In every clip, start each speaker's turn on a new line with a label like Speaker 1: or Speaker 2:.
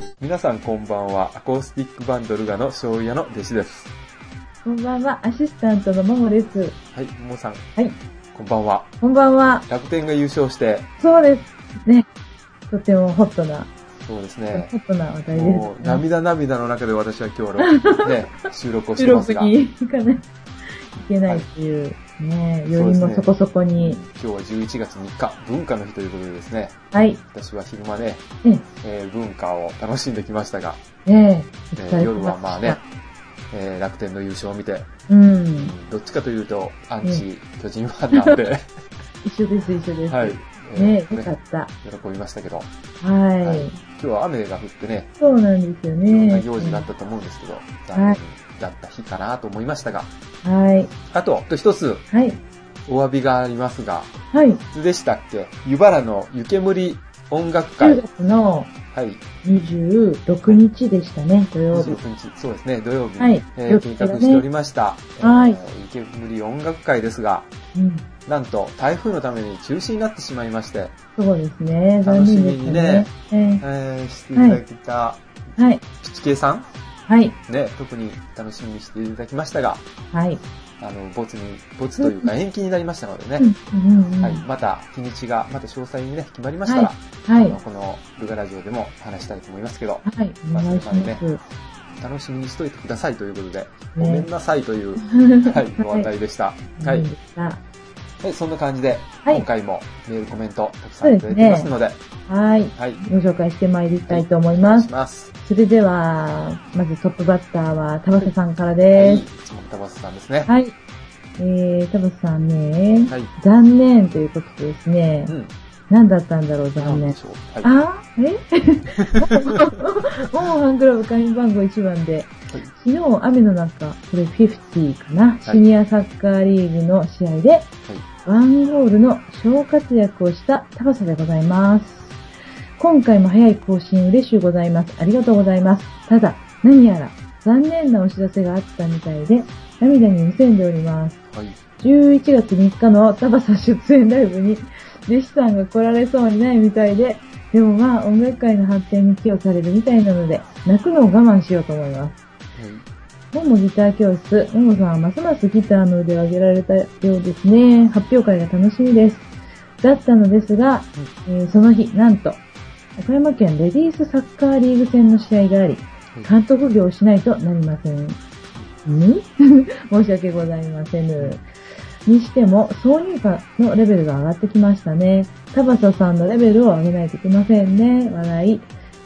Speaker 1: こんばんは。アコースティックバンドルガの醤油屋の弟子です。
Speaker 2: こんばんは、アシスタントのももです。
Speaker 1: はい、ももさん。
Speaker 2: はい。
Speaker 1: こんばんは。
Speaker 2: こんばんは。
Speaker 1: 楽天が優勝して、
Speaker 2: そうです。ね。とてもホットな、
Speaker 1: そうです
Speaker 2: ホ
Speaker 1: ね。
Speaker 2: ットな話題です、
Speaker 1: もう、涙涙の中で私は今 日、ね、収録をしてますが、今
Speaker 2: に行かない、いけないっていう、ね、
Speaker 1: そうで
Speaker 2: 余
Speaker 1: す
Speaker 2: 韻
Speaker 1: ね
Speaker 2: もそこそこに。
Speaker 1: 日は11月3日、文化の日ということでですね、
Speaker 2: はい。
Speaker 1: 私は昼間ね、
Speaker 2: ね、
Speaker 1: えー文化を楽しんできましたが、
Speaker 2: ね、
Speaker 1: えー夜はまあね、えー楽天の優勝を見て、
Speaker 2: うん。
Speaker 1: どっちかというと、アンチ巨人ファンなんで、
Speaker 2: 一緒です、一緒です。
Speaker 1: はい。えー
Speaker 2: ね、よか
Speaker 1: ね
Speaker 2: った。
Speaker 1: 喜びましたけど、
Speaker 2: はい。
Speaker 1: はい今日は雨が降ってね、
Speaker 2: そうなんですよね。
Speaker 1: いろんな行事があったと思うんですけど、残
Speaker 2: はい
Speaker 1: 念だった日かなと思いましたが、
Speaker 2: はい。
Speaker 1: あと、一つ
Speaker 2: はい。
Speaker 1: お詫びがありますが、
Speaker 2: はい。
Speaker 1: いつでしたっけ湯原の湯煙音楽会
Speaker 2: 10。月の
Speaker 1: はい。
Speaker 2: 26日でしたね、土曜日。
Speaker 1: 26日、そうですね、土曜日、
Speaker 2: はい
Speaker 1: えー計画しておりました。
Speaker 2: はい
Speaker 1: えー湯煙音楽会ですが、
Speaker 2: うん。
Speaker 1: なんと台風のために中止になってしまいまして、
Speaker 2: そうですね、残
Speaker 1: 楽し
Speaker 2: 念
Speaker 1: み
Speaker 2: でし
Speaker 1: に
Speaker 2: た
Speaker 1: ね
Speaker 2: ね。え
Speaker 1: えー、していただけた、
Speaker 2: えはい。
Speaker 1: ピチケイさん
Speaker 2: はい。
Speaker 1: ね、特に楽しみにしていただきましたが、
Speaker 2: はい。
Speaker 1: あの、ボツに、ボツというか延期になりましたので
Speaker 2: う
Speaker 1: ね、
Speaker 2: んうんうん
Speaker 1: はい、また日にちが、また詳細にね、決まりましたら、
Speaker 2: は
Speaker 1: あ
Speaker 2: い
Speaker 1: の。このルガラジオでも話したいと思いますけど、
Speaker 2: はい。お願いします。
Speaker 1: 楽しみにしといてくださいということで、ごめ
Speaker 2: ね
Speaker 1: んなさいと いう、は、
Speaker 2: はい
Speaker 1: ご案内でした。は
Speaker 2: はいい。。は
Speaker 1: はい、そんな感じで、
Speaker 2: はい
Speaker 1: 今回もメールコメントたくさんいただいてますので、
Speaker 2: い。
Speaker 1: はい、
Speaker 2: ご紹介してまいりたいと思い
Speaker 1: お願
Speaker 2: ま
Speaker 1: いし
Speaker 2: す。
Speaker 1: ます。
Speaker 2: それでは、まずトップバッターは、田畑さんから
Speaker 1: はい、
Speaker 2: で
Speaker 1: い
Speaker 2: す。
Speaker 1: つものタバスさんですね。
Speaker 2: はい。えー、田畑さんね、
Speaker 1: はい、
Speaker 2: 残念ということですね
Speaker 1: う。ん、
Speaker 2: 何だったんだろう、
Speaker 1: なん
Speaker 2: 残
Speaker 1: で
Speaker 2: 念。
Speaker 1: しょう。はい、
Speaker 2: あえもうファンクラブ会員番号1番で、昨日雨の中、これ50かな、シニアサッカーリーグの試合で、ワンゴールの小活躍をした高さでございます。今回も早い更新嬉しゅうございます。ありがとうございます。ただ、何やら残念なお知らせがあったみたいで、涙にむせんでおります。
Speaker 1: はい、
Speaker 2: 11月3日のタバサ出演ライブに、弟子さんが来られそうにないみたいで、でもまあ音楽界の発展に寄与されるみたいなので、泣くのを我慢しようと思います。ももギター教室、ももさんはますますギターの腕を上げられたようですね。発表会が楽しみです。だったのですが、えーその日、なんと、岡山県レディースサッカーリーグ戦の試合があり、監督業をしないとなりません。ん 申し訳ございませぬ。にしても、挿入歌のレベルが上がってきましたね。田畑さんのレベルを上げないといけませんね。笑い。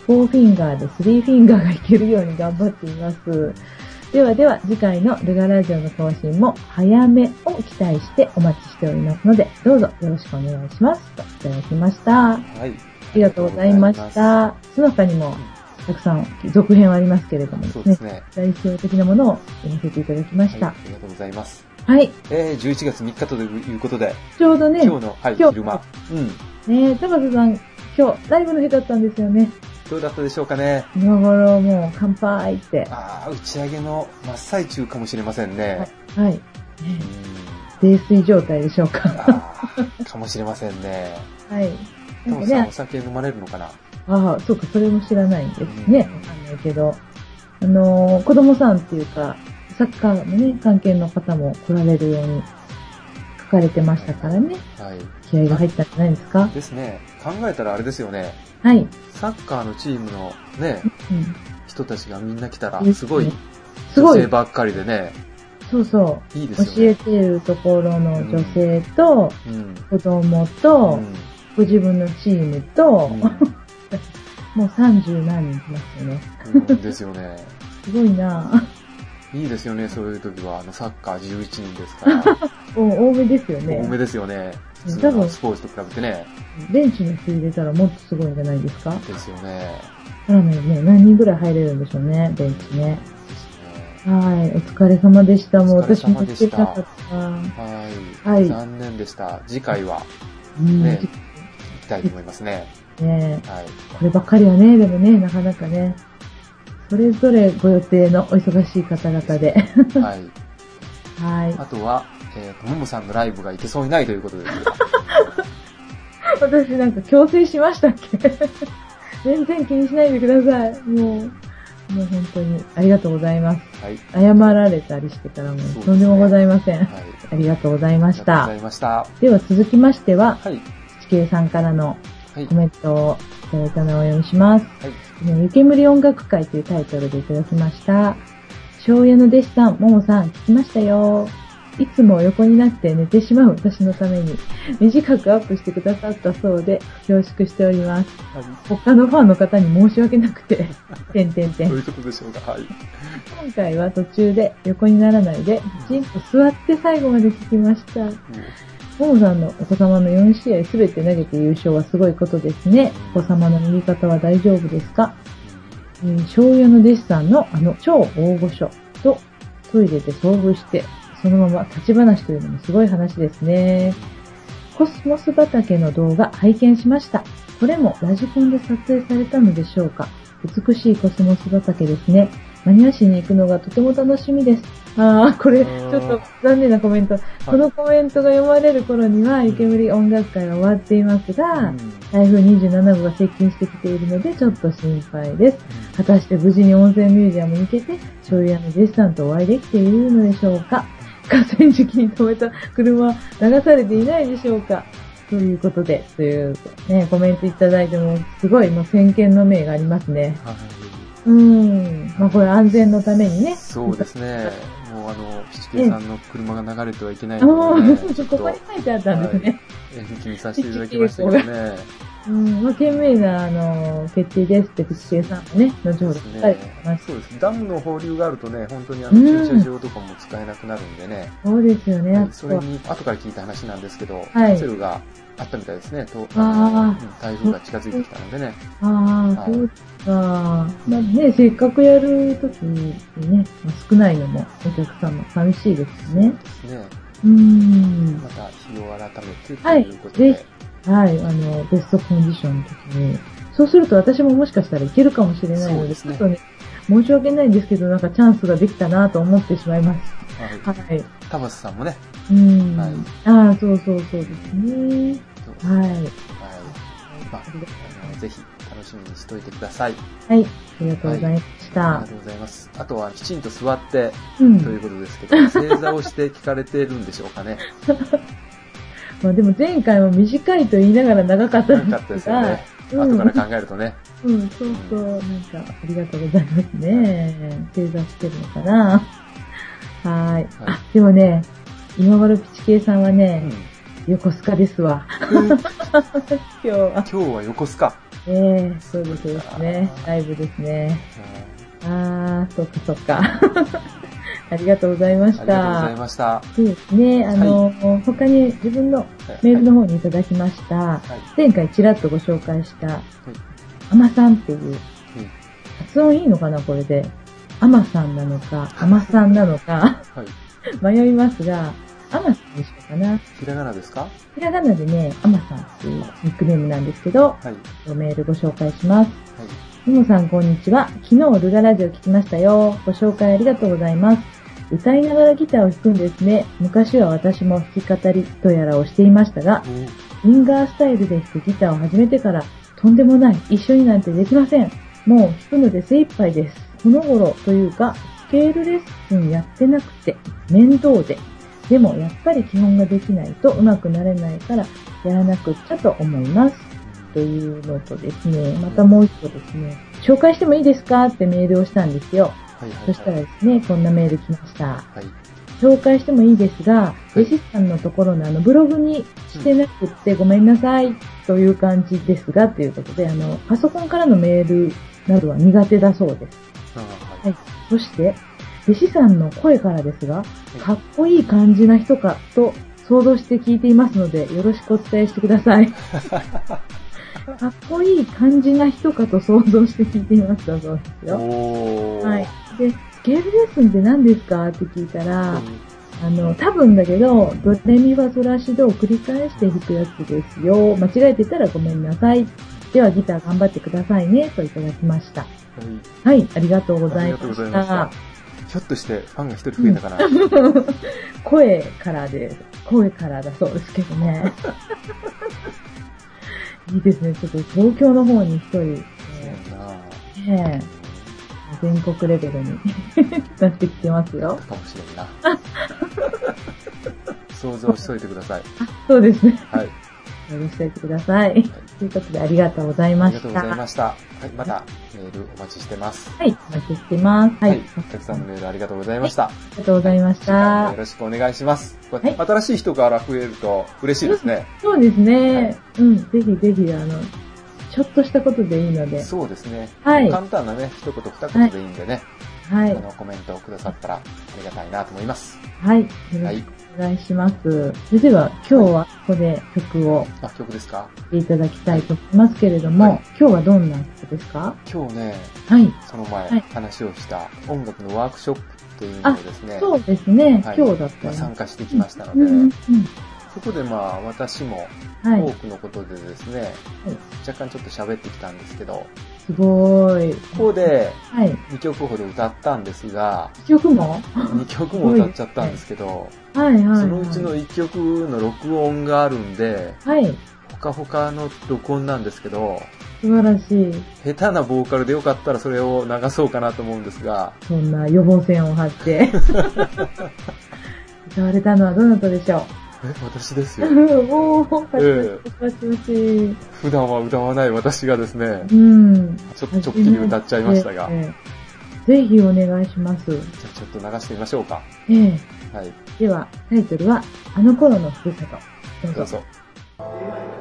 Speaker 2: フォーフィンガーでスリーフィンガーがいけるように頑張っています。ではでは、次回のルガラジオの更新も早めを期待してお待ちしておりますので、どうぞよろしくお願いします。といただきました。あ
Speaker 1: はい、
Speaker 2: りがとうございました。その他にも、たくさん続編はありますけれども
Speaker 1: そうですね。
Speaker 2: 代表的なものを読ませていただきま
Speaker 1: は
Speaker 2: し
Speaker 1: い、
Speaker 2: た。
Speaker 1: あ
Speaker 2: は
Speaker 1: りがとうございます。
Speaker 2: い。
Speaker 1: えー、11月3日ということで、
Speaker 2: ちょうどね、
Speaker 1: 今日の、はい、
Speaker 2: 今日
Speaker 1: 昼間。うん。
Speaker 2: ねえ、田畑さん、今日、ライブの日だったんですよね。
Speaker 1: どうだったでしょうかね。
Speaker 2: 今頃もう乾杯って。
Speaker 1: ああ、打ち上げの真っ最中かもしれません
Speaker 2: は
Speaker 1: ね。
Speaker 2: い。はい。
Speaker 1: うん
Speaker 2: 泥酔状態でしょうか。
Speaker 1: あーかもしれませんね。
Speaker 2: はい。
Speaker 1: ト
Speaker 2: なん
Speaker 1: ム
Speaker 2: か
Speaker 1: さんお
Speaker 2: ね、
Speaker 1: 酒飲まれるのかな
Speaker 2: ああ、そうか、それも知らないんですね。わかんないけど。あのー子供さんっていうか、サッカーのね、関係の方も来られるように書かれてましたからね。
Speaker 1: はい。
Speaker 2: 気合が入ったんじゃないですか。
Speaker 1: ですね。考えたらあれですよね。
Speaker 2: はい。うん。
Speaker 1: サッカーのチームのね、人たちがみんな来たら、すごい、
Speaker 2: す
Speaker 1: 女
Speaker 2: ご
Speaker 1: 性
Speaker 2: い。
Speaker 1: ばっかりでね、
Speaker 2: そうそう。
Speaker 1: いいです
Speaker 2: 教
Speaker 1: よ
Speaker 2: え
Speaker 1: ね。
Speaker 2: ているところの女性と、
Speaker 1: うん。
Speaker 2: 子供と、
Speaker 1: うん
Speaker 2: ご自分のチームと、
Speaker 1: うん
Speaker 2: もう30何人来ますよね。
Speaker 1: うんですよね。
Speaker 2: すごいな ぁ。
Speaker 1: いいですよね、そういう時は。あの、サッカー11人です から。
Speaker 2: お多めですよ
Speaker 1: 多め
Speaker 2: ね。
Speaker 1: ですよね。普
Speaker 2: うん
Speaker 1: 通
Speaker 2: 多
Speaker 1: の
Speaker 2: 分
Speaker 1: スポーツと比べてね。
Speaker 2: ベンチの人入れたらもっとすごいんじゃないですか
Speaker 1: ですよね。
Speaker 2: さらにね、何人ぐらい入れるんでしょうね、ベンチね。はい、お疲れ様でした。もう
Speaker 1: お疲れ
Speaker 2: 私も
Speaker 1: 様で
Speaker 2: 行って
Speaker 1: した
Speaker 2: なかったな。
Speaker 1: はい。
Speaker 2: はい
Speaker 1: 残念でした。次回は
Speaker 2: うん、
Speaker 1: ね
Speaker 2: ね、
Speaker 1: 行きたいと思いますね。はい。
Speaker 2: こればっかりはね、でもね、なかなかね、それぞれご予定のお忙しい方々 で。
Speaker 1: はい。
Speaker 2: はい。
Speaker 1: あとは、えっ、と、ももさんのライブが行けそうにないということです。
Speaker 2: 私なんか強制しましたっけ全然気にしないでください。もう、もう本当にありがとうございます。
Speaker 1: はい。
Speaker 2: 謝られたりしてからも
Speaker 1: そうですね
Speaker 2: とんでもございません。
Speaker 1: はい。
Speaker 2: ありがとうござい
Speaker 1: あ
Speaker 2: ま
Speaker 1: り
Speaker 2: し
Speaker 1: がとうご
Speaker 2: た
Speaker 1: ざ。いました。
Speaker 2: では続きましては、
Speaker 1: はい。
Speaker 2: 地形さんからの
Speaker 1: はい
Speaker 2: コ。メントをいただいたのをお読みします。
Speaker 1: はい。
Speaker 2: ゆけむり音楽会というタイトルでいただきました。庄屋の弟子さん、ももさん、聞きましたよ。いつも横になって寝てしまう私のために、短くアップしてくださったそうで、恐縮しております。
Speaker 1: は
Speaker 2: 他のファンの方に申し訳なくて、 てんてんて。
Speaker 1: い。どうんいうことでしょうか。はい。
Speaker 2: 今回は途中で横にならないで、きちんと座って最後まで聞きました。ももさんのお子様の4試合すべて投げて優勝はすごいことですね。お子様の右肩は大丈夫ですかえー醤油の弟子さんのあの超大御所とトイレで遭遇して、そのまま立ち話というのもすごい話ですね。コスモス畑の動画拝見しました。これもラジコンで撮影されたのでしょうか美しいコスモス畑ですね。マニア市に行くのがとても楽しみです。あー、これ、
Speaker 1: あ
Speaker 2: ち
Speaker 1: ー
Speaker 2: ょっと残念なコメント。このコメントが読まれる頃には、湯煙音楽会は終わっています
Speaker 1: うん
Speaker 2: が
Speaker 1: う、ん
Speaker 2: 台風27号が接近してきているので、ちょっと心配です。果たして無事に温泉ミュージアムに行けて、醤油屋の弟子さんとお会いできているのでしょうか河川敷に止めた車は流されていないでしょうかということで、というね、コメントいただいても、すごいもう先見の明がありますね。
Speaker 1: はい。
Speaker 2: うん。まあこれ安全のためにね。。
Speaker 1: そうですすね。もうあの、ピチケイさんの車が流れてはいけない
Speaker 2: ああ、
Speaker 1: ので、ね、ちょっ
Speaker 2: こことに書いてあったんですね。
Speaker 1: 延期にさせていただきましたけどね。
Speaker 2: うん。まあ、懸命な、あの、決定ですって、口江さんもね、後
Speaker 1: そ
Speaker 2: ほ
Speaker 1: う
Speaker 2: ど
Speaker 1: です
Speaker 2: 書い
Speaker 1: ね
Speaker 2: てまし。た。
Speaker 1: そうです。ダムの放流があるとね、本当にあ
Speaker 2: うん
Speaker 1: の、駐車場とかも使えなくなるんでね。
Speaker 2: そうですよね、あそ
Speaker 1: そ
Speaker 2: こ
Speaker 1: れ
Speaker 2: は。
Speaker 1: に、後から聞いた話なんですけど、キ
Speaker 2: はい
Speaker 1: ャンセルがあったみたいですね。と
Speaker 2: あ
Speaker 1: あ
Speaker 2: ー
Speaker 1: のうん台風が近づいてきたのでね。
Speaker 2: ああ、
Speaker 1: はい
Speaker 2: そうか。まあね、せっかくやるときにね、まあ少ないのもお客さんも寂しいですね。
Speaker 1: ですね。
Speaker 2: うーん
Speaker 1: ま。た日を改めてと
Speaker 2: はい
Speaker 1: いうことで。
Speaker 2: ぜはい、あの、ベストコンディションの時に。そうすると私ももしかしたらいけるかもしれない
Speaker 1: そ
Speaker 2: の
Speaker 1: う
Speaker 2: で、
Speaker 1: で
Speaker 2: ち
Speaker 1: す
Speaker 2: ょっ
Speaker 1: ね
Speaker 2: とね、申し訳ないんですけど、なんかチャンスができたなと思ってしまいます。
Speaker 1: はい。
Speaker 2: はい。
Speaker 1: タバスさんもね。
Speaker 2: うん。
Speaker 1: はい
Speaker 2: ああ、そうそうそう
Speaker 1: そう
Speaker 2: ですね。
Speaker 1: ですね
Speaker 2: はい。
Speaker 1: はい。まあ、あのぜひ楽しみにしといてください。
Speaker 2: はい。ありがとうございました。
Speaker 1: ありがとうございます。あとはきちんと座って
Speaker 2: う。
Speaker 1: というんことですけど、 正座をして聞かれてるんでしょう かね。
Speaker 2: まあでも前回も短いと言いながら長かった
Speaker 1: なんか
Speaker 2: で
Speaker 1: ったですすよ
Speaker 2: が、
Speaker 1: ね。
Speaker 2: う
Speaker 1: 後
Speaker 2: ん
Speaker 1: から考えるとね。
Speaker 2: うん、そうそう。なんか、ありがとうございますね。正座してるのかな。はーい。あ、でもね、今頃ピチケイさんは
Speaker 1: うん
Speaker 2: ね、横須賀ですわ。
Speaker 1: 今
Speaker 2: 今日は。
Speaker 1: 日は横須賀。
Speaker 2: ええそうですそうですね。ライブですね。あー、そっかそっか。 ありがとうございまし
Speaker 1: ありがとうござい
Speaker 2: た。
Speaker 1: ました。
Speaker 2: そうですね。あの、他に自分のメールの方にいただきました。
Speaker 1: はい。
Speaker 2: 前回ちらっとご紹介した、アマさんっていう、発音いいのかなこれで。アマさんなのか、アマさんなのか、
Speaker 1: はい。
Speaker 2: 迷いますが、アマさんにしようかな。
Speaker 1: ひらがなですか
Speaker 2: ひらがなでね、アマさんっていうニックネームなんですけど、
Speaker 1: はい。はい。
Speaker 2: メールご紹介します。ももさん、こんにちは。昨日、ルガラジオ聞きましたよ。ご紹介ありがとうございます。歌いながらギターを弾くんですね。昔は私も弾き語りとやらをしていましたが
Speaker 1: お、ー
Speaker 2: ウィンガースタイルで弾くギターを始めてから、とんでもない、一緒になんてできません。もう弾くので精一杯です。この頃というか、スケールレッスンやってなくて、面倒で。でもやっぱり基本ができないと上手くなれないから、やらなくっちゃと思います。というのとですね、またもう一個ですね、紹介してもいいですかってメールをしたんですよ。
Speaker 1: はいはい。
Speaker 2: そしたらですね、こんなメール来ました。
Speaker 1: はい。
Speaker 2: 紹介してもいいですが、
Speaker 1: い
Speaker 2: 弟子さんのところのあのブログにしてなくってごめんなさいという感じですが、ということで、あの、パソコンからのメールなどは苦手だそうです。
Speaker 1: あー
Speaker 2: は
Speaker 1: はい
Speaker 2: そして、弟子さんの声からですが、かっこいい感じな人かと想像して聞いていますので、よろしくお伝えしてくだ さい。かっこいい感じな人かと想像して聞いていますだそうです
Speaker 1: い。
Speaker 2: よ。
Speaker 1: おー。
Speaker 2: はい。で、スケールレッスンって何ですかって聞いた
Speaker 1: う
Speaker 2: ら、
Speaker 1: ん
Speaker 2: あの、多分だけど、ドレミファソラシドを繰り返して弾くやつですよ。間違えてたらごめんなさい。ではギター頑張ってくださいね、といただきました。
Speaker 1: はい。
Speaker 2: はい、ありがとうござ
Speaker 1: あり
Speaker 2: い
Speaker 1: が
Speaker 2: ま
Speaker 1: とうご
Speaker 2: し
Speaker 1: ざいました
Speaker 2: た。。
Speaker 1: ひょっとしてファンが一人増えたかな、
Speaker 2: 声からで、声からだそうですけど ね。いいですね、ちょっと東京の方に一人、
Speaker 1: そうやな
Speaker 2: ねえ、全国レベルに なってきてますよ。
Speaker 1: かもしれんな。想像しといてください。
Speaker 2: そうですね。
Speaker 1: はい。
Speaker 2: 応援しておいてください。ということで、ありがとうござい
Speaker 1: あ
Speaker 2: ま
Speaker 1: り
Speaker 2: し
Speaker 1: がとうご
Speaker 2: た。
Speaker 1: ざいました。はい、またメールお待ちしてます。
Speaker 2: はい、お待ちしてます。はい。あ
Speaker 1: たくさんのメールありがとうございました。
Speaker 2: りがとうございまし
Speaker 1: 次回も
Speaker 2: た
Speaker 1: よ。ろしくお願いします。こうやって
Speaker 2: は
Speaker 1: 新しい人から増えると嬉しいですね。
Speaker 2: そうですね。うん、ぜひぜひ、あの、ちょっとしたことでいいので、
Speaker 1: そうですね。
Speaker 2: はい
Speaker 1: 簡単なね、一言二言でいいんでね、
Speaker 2: はい
Speaker 1: あ、の、コメントをくださったらありがたいなと思います。
Speaker 2: はい、よ
Speaker 1: は
Speaker 2: ろし
Speaker 1: い
Speaker 2: く。お願いします。それでは、今日はここで曲を
Speaker 1: あ、曲ですか
Speaker 2: 聴いていただきたいと思いますけれども、
Speaker 1: はい
Speaker 2: 今日はどんな曲ですか
Speaker 1: 今日ね、
Speaker 2: はい。
Speaker 1: その前、
Speaker 2: はい
Speaker 1: 話をした音楽のワークショップというのをですね、
Speaker 2: そうですね、
Speaker 1: はい
Speaker 2: 今日だ
Speaker 1: ま
Speaker 2: った
Speaker 1: あ
Speaker 2: ら。
Speaker 1: 参加してきましたの
Speaker 2: うんうんうん
Speaker 1: で、。そこでまあ私も
Speaker 2: はい。
Speaker 1: 多くのことでですね、若干ちょっと喋ってきたんですけど、
Speaker 2: すごーい。
Speaker 1: ここで
Speaker 2: はい。
Speaker 1: 2曲ほど歌ったんですが、
Speaker 2: 曲も
Speaker 1: 2曲も歌っちゃったんですけど、
Speaker 2: はいはい、はい。
Speaker 1: そのうちの1曲の録音があるんで、
Speaker 2: はい。
Speaker 1: ほかほかの録音なんですけど、
Speaker 2: 素晴らしい。
Speaker 1: 下手なボーカルでよかったらそれを流そうかなと思うんですが、
Speaker 2: そんな予防線を張って。歌われたのはどなたでしょ
Speaker 1: え、私です
Speaker 2: う
Speaker 1: よ。
Speaker 2: おー、パ
Speaker 1: え
Speaker 2: チパチパチパチ。
Speaker 1: 普段は歌わない私がですね、
Speaker 2: うん。
Speaker 1: ちょ直球に歌っちゃいましたが、
Speaker 2: ええぜひお願いします。
Speaker 1: じゃあちょっと流してみましょうか。
Speaker 2: ええ
Speaker 1: はい、
Speaker 2: では、タイトルは、あの頃のふるさと。どう
Speaker 1: どう
Speaker 2: ぞ。
Speaker 1: ぞ。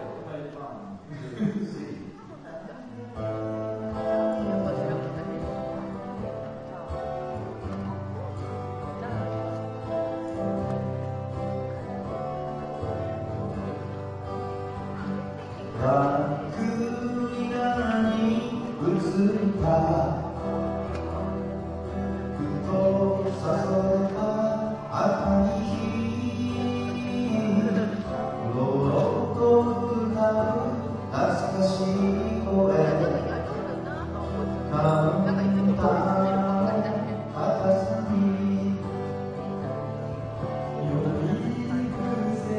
Speaker 3: Thank you.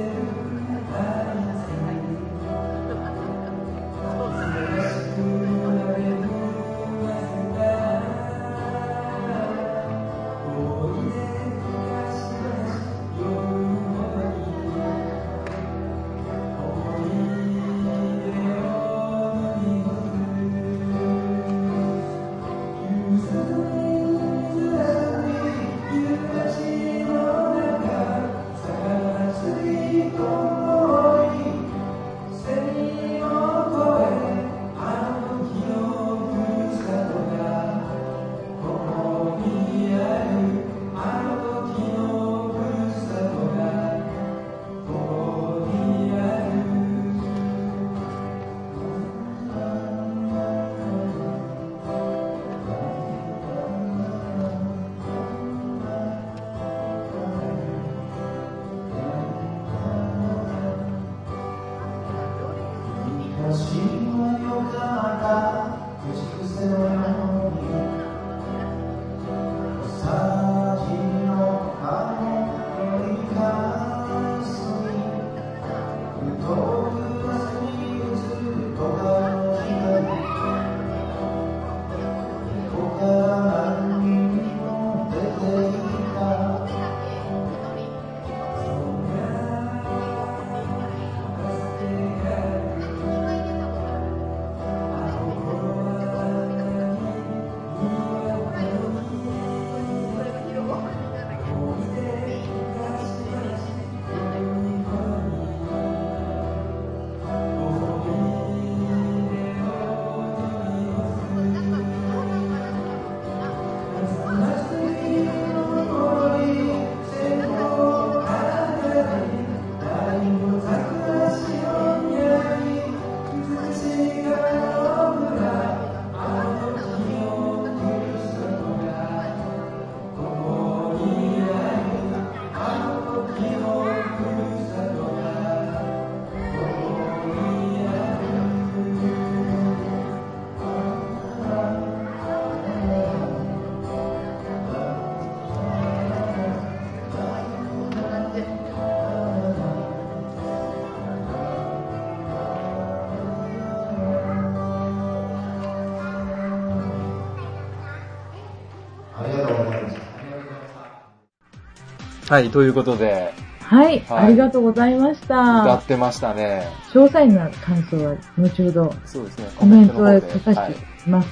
Speaker 1: はい、ということで、
Speaker 2: はい、
Speaker 1: はい
Speaker 2: ありがとうございまし
Speaker 1: 歌
Speaker 2: た
Speaker 1: っ。てましたね。
Speaker 2: 詳細な感想は後ほど
Speaker 1: そうですね、
Speaker 2: コメント
Speaker 1: の方
Speaker 2: で
Speaker 1: で。
Speaker 2: 書か
Speaker 1: はい
Speaker 2: せています。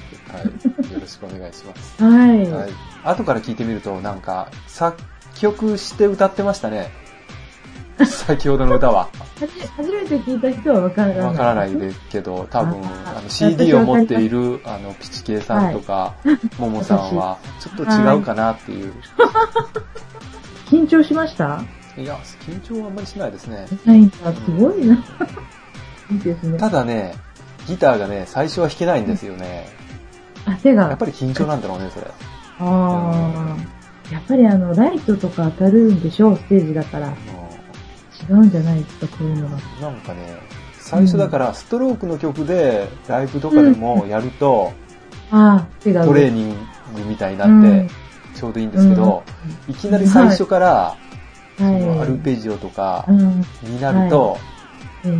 Speaker 1: はい、よろしくお願いします。
Speaker 2: はい。
Speaker 1: はい。後から聞いてみると、なんか、作曲して歌ってました ね。先ほどの歌は。
Speaker 2: はじ初めて聞いた人はわからない。
Speaker 1: わからないですけど、多分、
Speaker 2: あ
Speaker 1: あの CD を持っている、あの、ピチケイさんとか、 ももさんは、ちょっと違うかなっていう。
Speaker 2: 緊張しました
Speaker 1: いや、緊張はあんまりしないですね。
Speaker 2: ないんだ。すごいな。いいですね。
Speaker 1: ただね、ギターがね、最初は弾けないんですよね。
Speaker 2: あ、手
Speaker 1: や
Speaker 2: が
Speaker 1: っ。ぱり緊張なんだろうね、それ。う
Speaker 2: ああ。やっぱりあの、ライトとか当たるんでしょう、ステージだから。
Speaker 1: ん
Speaker 2: 違うんじゃないですか、こういうのは。
Speaker 1: なんかね、最初だから、ストロークの曲で、ライブとかでもやると、
Speaker 2: ああ、手が。
Speaker 1: トレー
Speaker 2: ン
Speaker 1: ニングみたいになって、ちょうどいいんですけど、いきなり最初から、
Speaker 2: うん、
Speaker 1: そ
Speaker 2: は
Speaker 1: の
Speaker 2: い。
Speaker 1: アルペジオとか
Speaker 2: うん。え
Speaker 1: になると、
Speaker 2: えええ
Speaker 1: う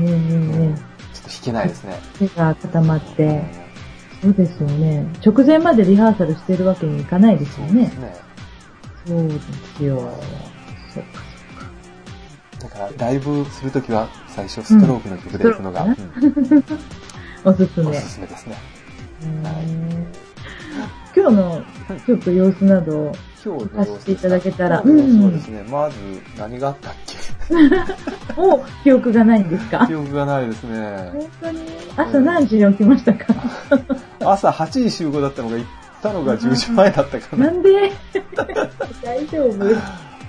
Speaker 1: ん
Speaker 2: え
Speaker 1: ちょっと弾けないですね。
Speaker 2: え手が固まっ
Speaker 1: うん
Speaker 2: て。そうですよね。直前までリハーサルしてるわけにいかないです
Speaker 1: そ
Speaker 2: よ
Speaker 1: うで
Speaker 2: ね
Speaker 1: す。ね。
Speaker 2: そうですよ。そっ
Speaker 1: だ
Speaker 2: か。
Speaker 1: から、ライブするときは、最初ストロークの曲で行くのが、
Speaker 2: うん
Speaker 1: うん
Speaker 2: おすすめ
Speaker 1: お。すすめですね。
Speaker 2: ね今日のちょっと様子などを、
Speaker 1: 今日
Speaker 2: させていただけたら
Speaker 1: そう
Speaker 2: うん
Speaker 1: そうですね。まず、何があったっけ
Speaker 2: もう記憶がないんですか
Speaker 1: 記憶がないですね。
Speaker 2: 本当に朝何時に起きましたか、
Speaker 1: 朝8時集合だったのが、行ったのが10時前だったかな
Speaker 2: な。んで大丈夫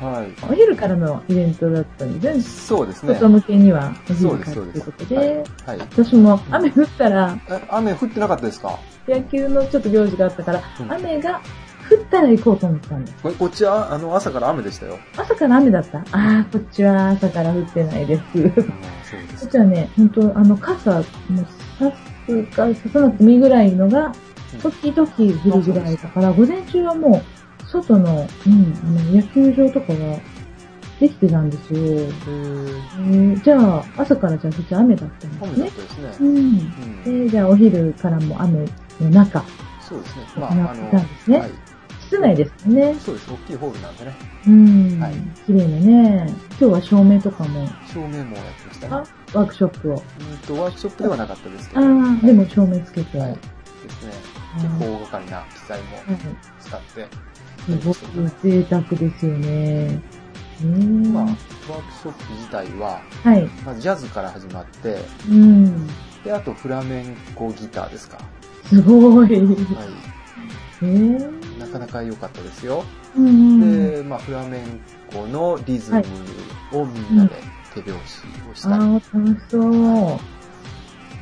Speaker 2: お
Speaker 1: は
Speaker 2: 昼からのイベントだったんで
Speaker 1: い。
Speaker 2: す。
Speaker 1: そうですね。
Speaker 2: 外向けには
Speaker 1: そ
Speaker 2: お昼
Speaker 1: うです、
Speaker 2: から
Speaker 1: そ
Speaker 2: と
Speaker 1: う
Speaker 2: い
Speaker 1: で
Speaker 2: う
Speaker 1: す
Speaker 2: こと。で、
Speaker 1: はい。はい
Speaker 2: 私も雨降ったら、
Speaker 1: え雨降ってなかったですか
Speaker 2: 野球のちょっと行事があったから、
Speaker 1: うん
Speaker 2: 雨が降ったら行こうと思ったんです。
Speaker 1: これこっちは、あの、朝から雨でしたよ。
Speaker 2: 朝から雨だったああ、こっちは朝から降ってないです。こ
Speaker 1: そうで
Speaker 2: っちはね、本当あの、傘、もうさすか、ささなくてもいいぐらいのが、時々降るぐらいだから、午前中はもう、外の、うん、あの野球場とかができてたんですよ。えーじゃあ、朝からじゃあ、そっち雨だったんで
Speaker 1: 雨
Speaker 2: す
Speaker 1: だっ
Speaker 2: ね。
Speaker 1: たですね。
Speaker 2: うん。
Speaker 1: うん
Speaker 2: で、じゃあ、お昼からも雨の中、
Speaker 1: そうですね。まあ、
Speaker 2: 行
Speaker 1: あ
Speaker 2: ったんです
Speaker 1: の、は
Speaker 2: ね
Speaker 1: い。。
Speaker 2: 室内ですね。
Speaker 1: そうです。大きいホールなんでね。
Speaker 2: うん
Speaker 1: はい。
Speaker 2: 綺麗なね。今日は照明とかも、
Speaker 1: 照明もやってました
Speaker 2: あ
Speaker 1: ね。
Speaker 2: ワークショップを。
Speaker 1: うんと、ワークショップではなかったですけ
Speaker 2: あ
Speaker 1: ど。はい
Speaker 2: あ、でも照明つけて。
Speaker 1: はい
Speaker 2: は。
Speaker 1: ですね。
Speaker 2: い
Speaker 1: 結構大掛かりな機材も
Speaker 2: はい
Speaker 1: 使って。
Speaker 2: すごく贅沢ですよね。うん。
Speaker 1: まあ、ワー
Speaker 2: は
Speaker 1: クショップ自体は、
Speaker 2: い。
Speaker 1: まずジャズから始まって、
Speaker 2: うん。
Speaker 1: で、あとフラメンコギターですか。
Speaker 2: すごい。
Speaker 1: は
Speaker 2: えー
Speaker 1: い。なかなか良かったですよ。
Speaker 2: うんうん。
Speaker 1: で、まあ、フラメンコのリズムをみんなで手拍子をしたり、
Speaker 2: ああ、楽しそう。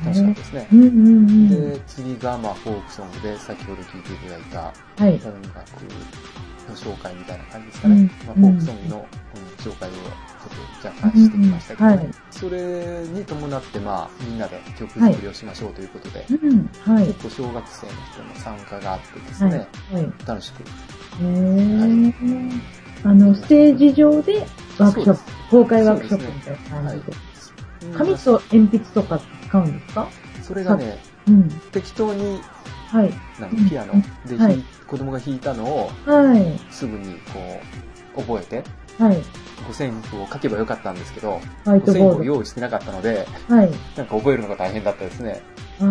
Speaker 1: 楽しかったですね
Speaker 2: う。んうんうん。
Speaker 1: で、次が、まあ、フォークソングで先ほど聴いていただいた
Speaker 2: はい。
Speaker 1: 音楽の紹介みたいな感じですかね。
Speaker 2: うん
Speaker 1: まあ、フォークソングの、うん紹介をちょっと若干してみましたけど、
Speaker 2: うんはい
Speaker 1: それに伴って、まあ、みんなで曲作りをしましょうということで、
Speaker 2: うん。はい。
Speaker 1: 結構小学生の人の参加があってです
Speaker 2: はい。
Speaker 1: ね、
Speaker 2: はい。へ
Speaker 1: 楽しく。
Speaker 2: え。あの、ステージ上でワークショッ
Speaker 1: そう
Speaker 2: プ、公開ワークショップみたいな感じで。
Speaker 1: です
Speaker 2: 紙と鉛筆とか使うんですか
Speaker 1: それがね、
Speaker 2: うん。
Speaker 1: 適当に
Speaker 2: はい。う
Speaker 1: 何
Speaker 2: ん
Speaker 1: ピアノで、
Speaker 2: は
Speaker 1: 弾
Speaker 2: い
Speaker 1: い子供が弾いたのを
Speaker 2: はい。
Speaker 1: すぐにこう覚えて
Speaker 2: はい。
Speaker 1: 五線譜を書けばよかったんですけど
Speaker 2: ホワイ
Speaker 1: 五
Speaker 2: ト
Speaker 1: 線譜
Speaker 2: ボ
Speaker 1: を
Speaker 2: ー
Speaker 1: 用意してなかったので
Speaker 2: ド。はい。
Speaker 1: なんか覚えるのが大変だったですね
Speaker 2: あ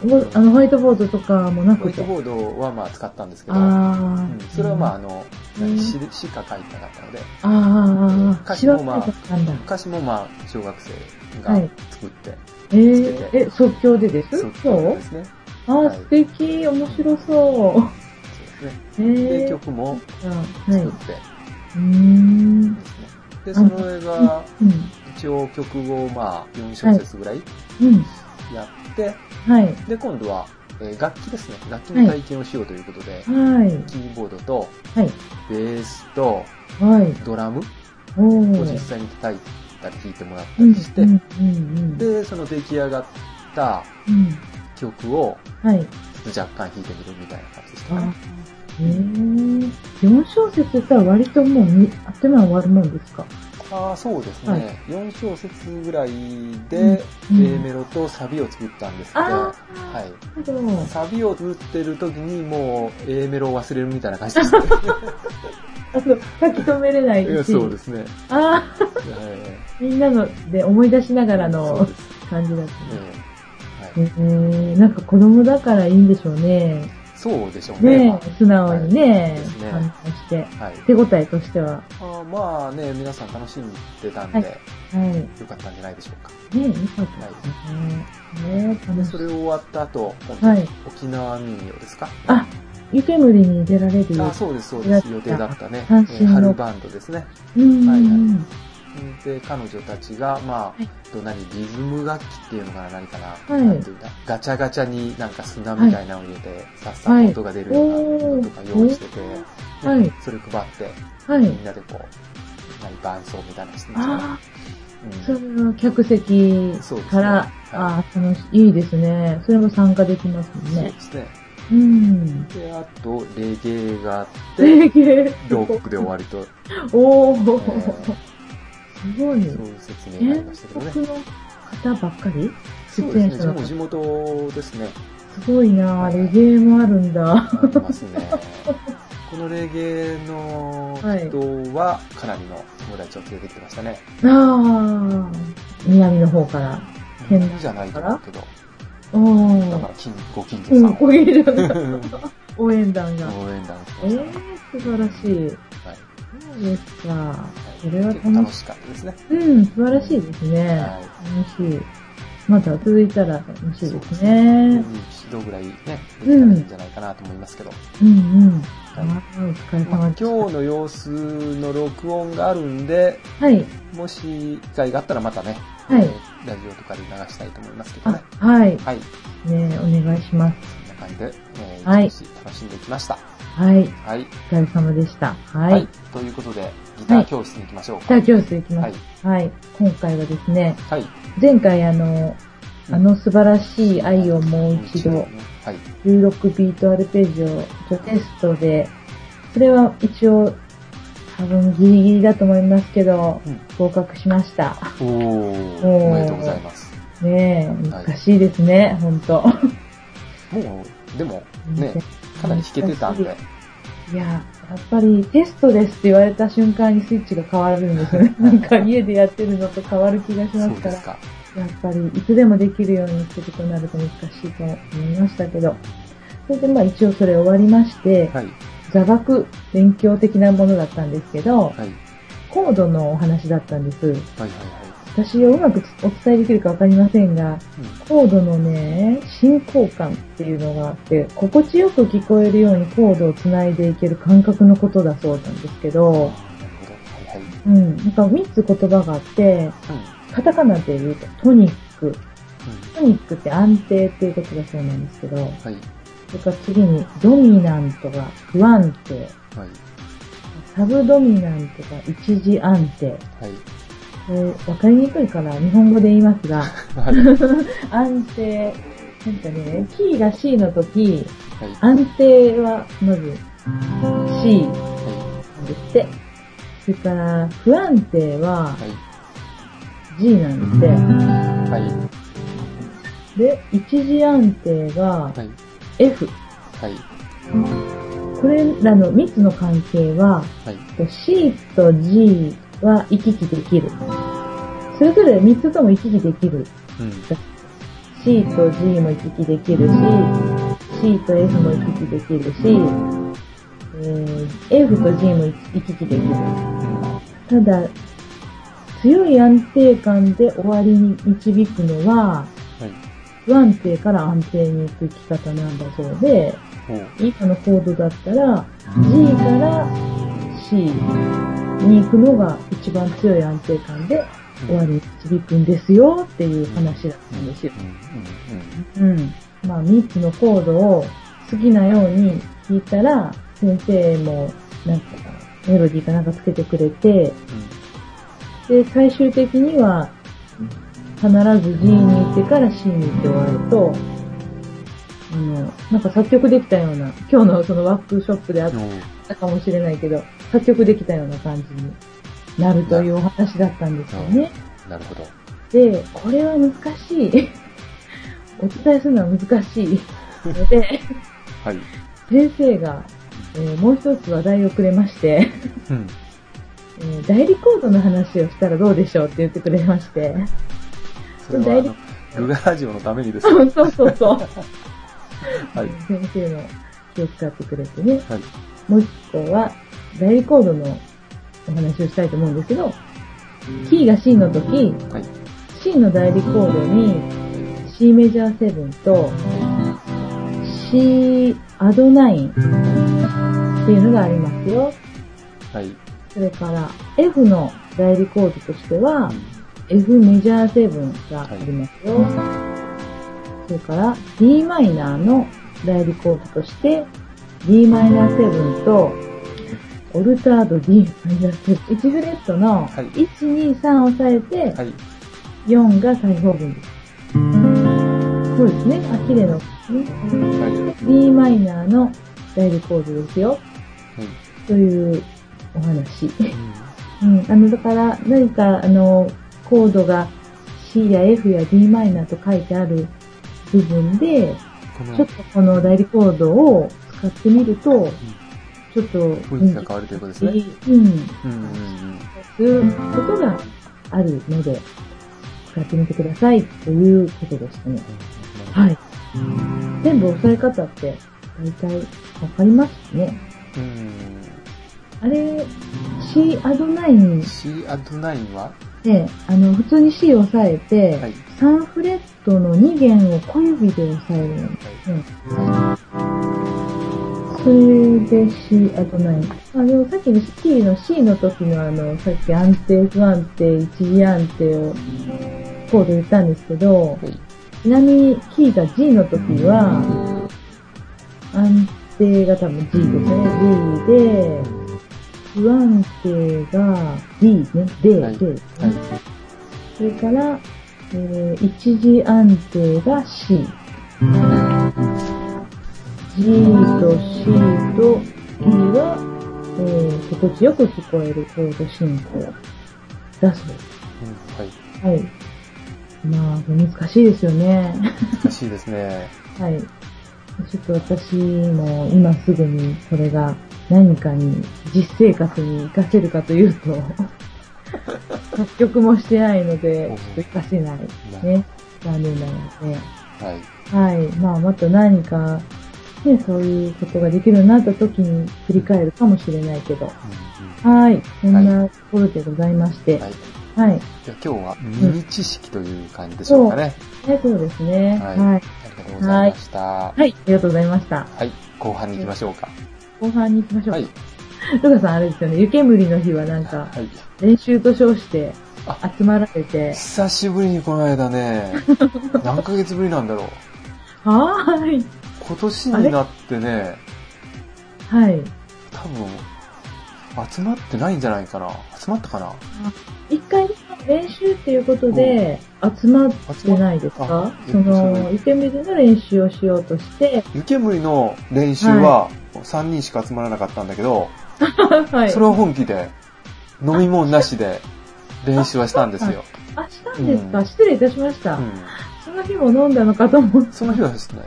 Speaker 2: あ、おあの、ホワイトボードとかもな
Speaker 1: ホワ
Speaker 2: く
Speaker 1: イト
Speaker 2: て。
Speaker 1: ボードはまあ使ったんですけど、う
Speaker 2: あ
Speaker 1: ん
Speaker 2: あ。
Speaker 1: それはまああ
Speaker 2: あ。
Speaker 1: の
Speaker 2: うん
Speaker 1: 詩詩か書いてなかったので
Speaker 2: ああ、
Speaker 1: 歌詞
Speaker 2: し
Speaker 1: も
Speaker 2: わ
Speaker 1: まあ
Speaker 2: かったんだ。
Speaker 1: 歌詞もまあ小学生
Speaker 2: は
Speaker 1: が
Speaker 2: い
Speaker 1: 作って、
Speaker 2: えー、え、即興でです
Speaker 1: 即興
Speaker 2: 今
Speaker 1: で
Speaker 2: 日
Speaker 1: すね
Speaker 2: ああ、
Speaker 1: はい
Speaker 2: 素敵。面白そう。
Speaker 1: そうですね
Speaker 2: え
Speaker 1: で
Speaker 2: ー、
Speaker 1: 曲も
Speaker 2: あはい。
Speaker 1: 作っ
Speaker 2: う
Speaker 1: て
Speaker 2: ーん。
Speaker 1: ですねでその映画
Speaker 2: うん。
Speaker 1: 一応曲をまあ4小節ぐらい
Speaker 2: うん。
Speaker 1: やって、
Speaker 2: はい。
Speaker 1: で、今度は、えー楽器ですね。楽器の体験をしようということで、
Speaker 2: はい。
Speaker 1: キーボードと、
Speaker 2: はい。
Speaker 1: ベースと、
Speaker 2: はい。
Speaker 1: ドラムを
Speaker 2: おー
Speaker 1: 実。際に叩いたり弾いてもらった
Speaker 2: うん。
Speaker 1: りして、
Speaker 2: うん。うん。うん、
Speaker 1: で、その出来上がった
Speaker 2: うん。
Speaker 1: 曲を
Speaker 2: はい。
Speaker 1: 若干弾いてみるみたいな感じでした
Speaker 2: あ
Speaker 1: ね。
Speaker 2: えー、4小節って言ったら割ともうみあっという間に終わるもんですか
Speaker 1: ああ、そうです
Speaker 2: は
Speaker 1: ね。4小節ぐらいで、
Speaker 2: うん
Speaker 1: A メロとサビを作ったんですけど、
Speaker 2: あ
Speaker 1: は
Speaker 2: ー
Speaker 1: い。
Speaker 2: なるほど。
Speaker 1: サビを作ってる時にもう A メロを忘れるみたいな感じでしたね。
Speaker 2: あと、書き留めれない
Speaker 1: いや
Speaker 2: し
Speaker 1: そうですね。
Speaker 2: ああ、
Speaker 1: え
Speaker 2: みんなので思い出しなが
Speaker 1: えそ
Speaker 2: ら
Speaker 1: う
Speaker 2: の
Speaker 1: ですね
Speaker 2: 感じだった。
Speaker 1: ええ
Speaker 2: え
Speaker 1: はい
Speaker 2: ー、なんか子供だからいいんでしょうね。
Speaker 1: そうでしょうね。
Speaker 2: ねえ素直にね
Speaker 1: です、ね
Speaker 2: 反応して。
Speaker 1: はい。
Speaker 2: 手応えとしては。
Speaker 1: あーまあね、皆さん楽しんでたん
Speaker 2: はい
Speaker 1: で、
Speaker 2: はい。
Speaker 1: よかったんじゃないでしょうか。
Speaker 2: ねえ、よかったですね。ねえ、楽
Speaker 1: で、
Speaker 2: し
Speaker 1: そ
Speaker 2: い。
Speaker 1: れ終わった後、今
Speaker 2: は
Speaker 1: 度
Speaker 2: い
Speaker 1: 沖縄民謡ですか
Speaker 2: あ、湯煙に出られる。
Speaker 1: あ、そうです、そうです。予定だったね。え
Speaker 2: 阪神
Speaker 1: ー
Speaker 2: の
Speaker 1: 春バンドですね。
Speaker 2: うん。
Speaker 1: はいはい
Speaker 2: うん
Speaker 1: で、彼女たちが、ま
Speaker 2: はい
Speaker 1: あ、と何、リズム楽器っていうのかな、何かな。
Speaker 2: い
Speaker 1: なんていうんだガチャガチャになんか砂みたいなのを入れて、さっさと音が出るようなのとか用意してて、
Speaker 2: はい
Speaker 1: でそれ配って、
Speaker 2: は
Speaker 1: み
Speaker 2: い
Speaker 1: ん。なでこう、何、伴奏みたいなのしてるんですかね
Speaker 2: ああ、
Speaker 1: う
Speaker 2: そ
Speaker 1: ん
Speaker 2: れは客席
Speaker 1: そうです
Speaker 2: か
Speaker 1: ね
Speaker 2: ら、ああ、楽しい、いいですね。それも参加できますもん
Speaker 1: そう
Speaker 2: ね
Speaker 1: で。すね。
Speaker 2: うん。
Speaker 1: で、あと、レゲエがあって、
Speaker 2: すげえ。
Speaker 1: ロックで終わりと、
Speaker 2: おお、
Speaker 1: ー
Speaker 2: すごい。
Speaker 1: そういう説明があり
Speaker 2: 全
Speaker 1: ましたけど
Speaker 2: 国
Speaker 1: ね。
Speaker 2: の方ばっかり
Speaker 1: そうですね。
Speaker 2: 出演者
Speaker 1: で
Speaker 2: の
Speaker 1: も地元です ね。
Speaker 2: すごいなぁ、レゲエもあるんだ。
Speaker 1: ありますね。このレゲエの人は、かなりの友達を連れてきてましたね。
Speaker 2: ああ、南の方から。変な
Speaker 1: 南じゃないと思うけど、
Speaker 2: お
Speaker 1: だか
Speaker 2: ー
Speaker 1: ら近ご近所
Speaker 2: う
Speaker 1: さ
Speaker 2: ん、
Speaker 1: ん。
Speaker 2: こういうの が応援団が。
Speaker 1: 応援団来て
Speaker 2: え
Speaker 1: ましたね
Speaker 2: ー、素晴らしい。
Speaker 1: はいはい
Speaker 2: そうですか。それは
Speaker 1: 結構
Speaker 2: 楽
Speaker 1: 楽
Speaker 2: し
Speaker 1: しかったですね。
Speaker 2: い。うん、素晴らしいですね。
Speaker 1: はい
Speaker 2: 楽しい。また続いたら楽しいです
Speaker 1: うん
Speaker 2: ね。
Speaker 1: 一度ぐらいね、できたらいいんじゃないかなと思いますけど。
Speaker 2: うんうん。あ
Speaker 1: はい
Speaker 2: ーお疲れ
Speaker 1: まあ今
Speaker 2: 様で
Speaker 1: 日
Speaker 2: した。
Speaker 1: の様子の録音があるんで、
Speaker 2: はい。
Speaker 1: もし機会があったらまたね、
Speaker 2: はい
Speaker 1: えーラジオとかで流したいと思いますけど
Speaker 2: あ
Speaker 1: ね。、
Speaker 2: はい。
Speaker 1: はい。
Speaker 2: ね、お願いします。
Speaker 1: そんな感じで、え
Speaker 2: は
Speaker 1: ー、
Speaker 2: い
Speaker 1: 一日楽しんできました。
Speaker 2: はい。
Speaker 1: はい。
Speaker 2: お疲れ様でした。は。
Speaker 1: はいい。ということで、ギター教室に行きましょう
Speaker 2: じ
Speaker 1: か。
Speaker 2: ゃあ教室行きま
Speaker 1: はい
Speaker 2: す。。はい。今回はですね、
Speaker 1: はい。
Speaker 2: 前回あの、
Speaker 1: うん
Speaker 2: あの素晴らしい愛をもう一
Speaker 1: もう
Speaker 2: 度、
Speaker 1: ねはい。
Speaker 2: 16ビートアルペジオ、ジョテストで、それは一応、多分ギリギリだと思いますけど、
Speaker 1: うん
Speaker 2: 合格しました。
Speaker 1: おー、
Speaker 2: おー
Speaker 1: おめでとうございます。
Speaker 2: ねえ、
Speaker 1: はい
Speaker 2: 難しいですね、ほんと。
Speaker 1: もう、でも、 ね、かなり弾けてたんで。
Speaker 2: いや、やっぱりテストですって言われた瞬間にスイッチが変わるんです よね。なんか家でやってるのと変わる気がしま
Speaker 1: そ
Speaker 2: す
Speaker 1: うで
Speaker 2: から
Speaker 1: す。か。
Speaker 2: やっぱりいつでもできるようにってことになると難しいと思いましたけど、それでまあ一応それ終わりまして、
Speaker 1: はい。
Speaker 2: 座学勉強的なものだったんですけど、
Speaker 1: はい。
Speaker 2: コードのお話だったんです。
Speaker 1: はいはいはい。
Speaker 2: 私はうまくお伝えできるかわかりませんが、コードのね、進行感っていうのがあって、心地よく聞こえるようにコードをつないでいける感覚のことだそうなんですけ
Speaker 1: うん。
Speaker 2: ど、
Speaker 1: あーなるほど。はいはい。
Speaker 2: うん、なんか3つ言葉があって、
Speaker 1: うん。
Speaker 2: カタカナで言うとトニック、
Speaker 1: うん
Speaker 2: トニックって安定っていうことだそうなんですけど、
Speaker 1: はい。
Speaker 2: それから次にドミナントが不安定、
Speaker 1: はい。
Speaker 2: サブドミナントが一時安定。
Speaker 1: はい。
Speaker 2: これわかりにくいから日本語で言いますが、
Speaker 1: はい。はい。
Speaker 2: 安定。なんかね、キーが C の時、
Speaker 1: はい。
Speaker 2: 安定はまず C なんですって。それから不安定は G なんで
Speaker 1: はい。
Speaker 2: すって。で、一時安定が
Speaker 1: はい。
Speaker 2: F。
Speaker 1: はい。
Speaker 2: これらの3つの関係は、
Speaker 1: はい。
Speaker 2: C と G は行き来できる。それぞれ3つとも行き来できる。
Speaker 1: うん。
Speaker 2: C と G も行き来できるし、C と F も行き来できるし、えー F と G も行き来できる。ただ、強い安定感で終わりに導くのは、
Speaker 1: はい。
Speaker 2: 不安定から安定に行く生き方なんだそうで、
Speaker 1: おー
Speaker 2: 今のコードだったら、G から C に行くのが一番強い安定感で終わりに導くんですよっていう話だったんですよ。
Speaker 1: うん。うん。うん。
Speaker 2: うん。まあ、3つのコードを好きなように弾いたら、先生も、なんか、メロディーかなんかつけてくれて、で、最終的には、必ず G に行ってから C に行って終わると、あの、なんか作曲できたような、今日のそのワークショップであっ
Speaker 1: うん。おー
Speaker 2: たかもしれないけど、作曲できたような感じになるというお話だったんですよね。
Speaker 1: なるほど。
Speaker 2: で、これは難しい。 お伝えするのは難しい。ので、
Speaker 1: はい。
Speaker 2: 先生がえーもう一つ話題をくれまして、
Speaker 1: うん。
Speaker 2: えー代理コードの話をしたらどうでしょうって言ってくれま して。
Speaker 1: それはあの、グガラジオのためにです
Speaker 2: そ
Speaker 1: ね。
Speaker 2: うそうそうそう。
Speaker 1: はい。
Speaker 2: 先生の気を使ってくれてね。
Speaker 1: はい。
Speaker 2: もう一個は、代理コードのお話をしたいと思うんですけど、キーが C の時、
Speaker 1: はい。
Speaker 2: C の代理コードに C メジャー7と C アド9っていうのがありますよ。
Speaker 1: はい。
Speaker 2: それから F の代理コードとしては F メジャー7がありますよ。それから d マイナーの代理コードとして d マイナー7とオルタード d マイナー7。1フレットの
Speaker 1: はい
Speaker 2: 1、2、3を押さえて、
Speaker 1: はい。
Speaker 2: 4が開放分です。そうですね。あ、綺麗な。
Speaker 1: はい。
Speaker 2: d マイナーの代理コードですよ。
Speaker 1: はい。
Speaker 2: というお話。
Speaker 1: うん
Speaker 2: うん。あの、だから、何か、あの、コードが C や F や d マイナーと書いてある部分で、
Speaker 1: こ
Speaker 2: ちょ
Speaker 1: の
Speaker 2: っとこの代理コードを使ってみると、ちょっと、
Speaker 1: 雰囲気が変わるということですね。
Speaker 2: うん。
Speaker 1: うんうんうん。
Speaker 2: そういうことがあるので、使ってみてくださいということでしたね。はい。全部押さえ方って、大体わかりますね。
Speaker 1: うん。
Speaker 2: あれ、C アド9
Speaker 1: C アドナインは
Speaker 2: で、あの、普通に C を押さえて、
Speaker 1: はい。
Speaker 2: 3フレットの2弦を小指で押さえるんですね。それで C アド9。あ、でもさっきの C の C の時のあの、さっき安定不安定、一時安定をコード言ったんですけど、
Speaker 1: はい。
Speaker 2: ちなみに、キーが G の時は、安定が多分 G ですね。G で、不安定が D ね。D、
Speaker 1: はい
Speaker 2: D
Speaker 1: はい。
Speaker 2: それから、えー一時安定が C。G と C と E が、えー、心地よく聞こえるコード進行だそうです。
Speaker 1: うんはい。
Speaker 2: はい。まあ、難しいですよね。
Speaker 1: 難しいですね。
Speaker 2: はい。ちょっと私も今すぐにこれが何かに実生活に活かせるかという と、作曲もしてないので、ちょっと活かせない。ね。残念ながらね。
Speaker 1: はい。
Speaker 2: はい。まあ、また何か、ね、そういうことができるようになった時に振り返るかもしれないけど。はい。そんなところでございまし
Speaker 1: う
Speaker 2: て。
Speaker 1: んうん
Speaker 2: は。
Speaker 1: はいい。じゃあ今日はミニ知識という感じでしょうかね。
Speaker 2: ねそうですね。
Speaker 1: はいあ
Speaker 2: はい。
Speaker 1: りがとうございました。は
Speaker 2: はい。ありがとうございました。
Speaker 1: い。後半に行きましょうか。
Speaker 2: 後半に行きましょう
Speaker 1: は
Speaker 2: か
Speaker 1: い。。
Speaker 2: ルカさんあれですよね、湯煙の日はなんか、
Speaker 1: はい。
Speaker 2: 練習と称して
Speaker 1: あ
Speaker 2: 集まられて、
Speaker 1: 久しぶりにこの間 ね、何ヶ月ぶりなんだろう。
Speaker 2: はーい。
Speaker 1: 今年になってね、
Speaker 2: はい。
Speaker 1: 多分、集まってないんじゃないかな。集まったかな
Speaker 2: 一回練習っていうことで、集まってないです
Speaker 1: 集まっ
Speaker 2: か
Speaker 1: た
Speaker 2: そ
Speaker 1: えっと
Speaker 2: の、湯煙の練習をしようとして、
Speaker 1: 湯煙の練習は3人しか集まらなかったんだけど、
Speaker 2: はい
Speaker 1: そ。れを本気で、飲み物なしで練習はしたんですよ。
Speaker 2: あ、したんです
Speaker 1: う
Speaker 2: か
Speaker 1: ん
Speaker 2: 失礼いたしました
Speaker 1: う。ん
Speaker 2: その日も飲んだのかと思って。
Speaker 1: その日はですね。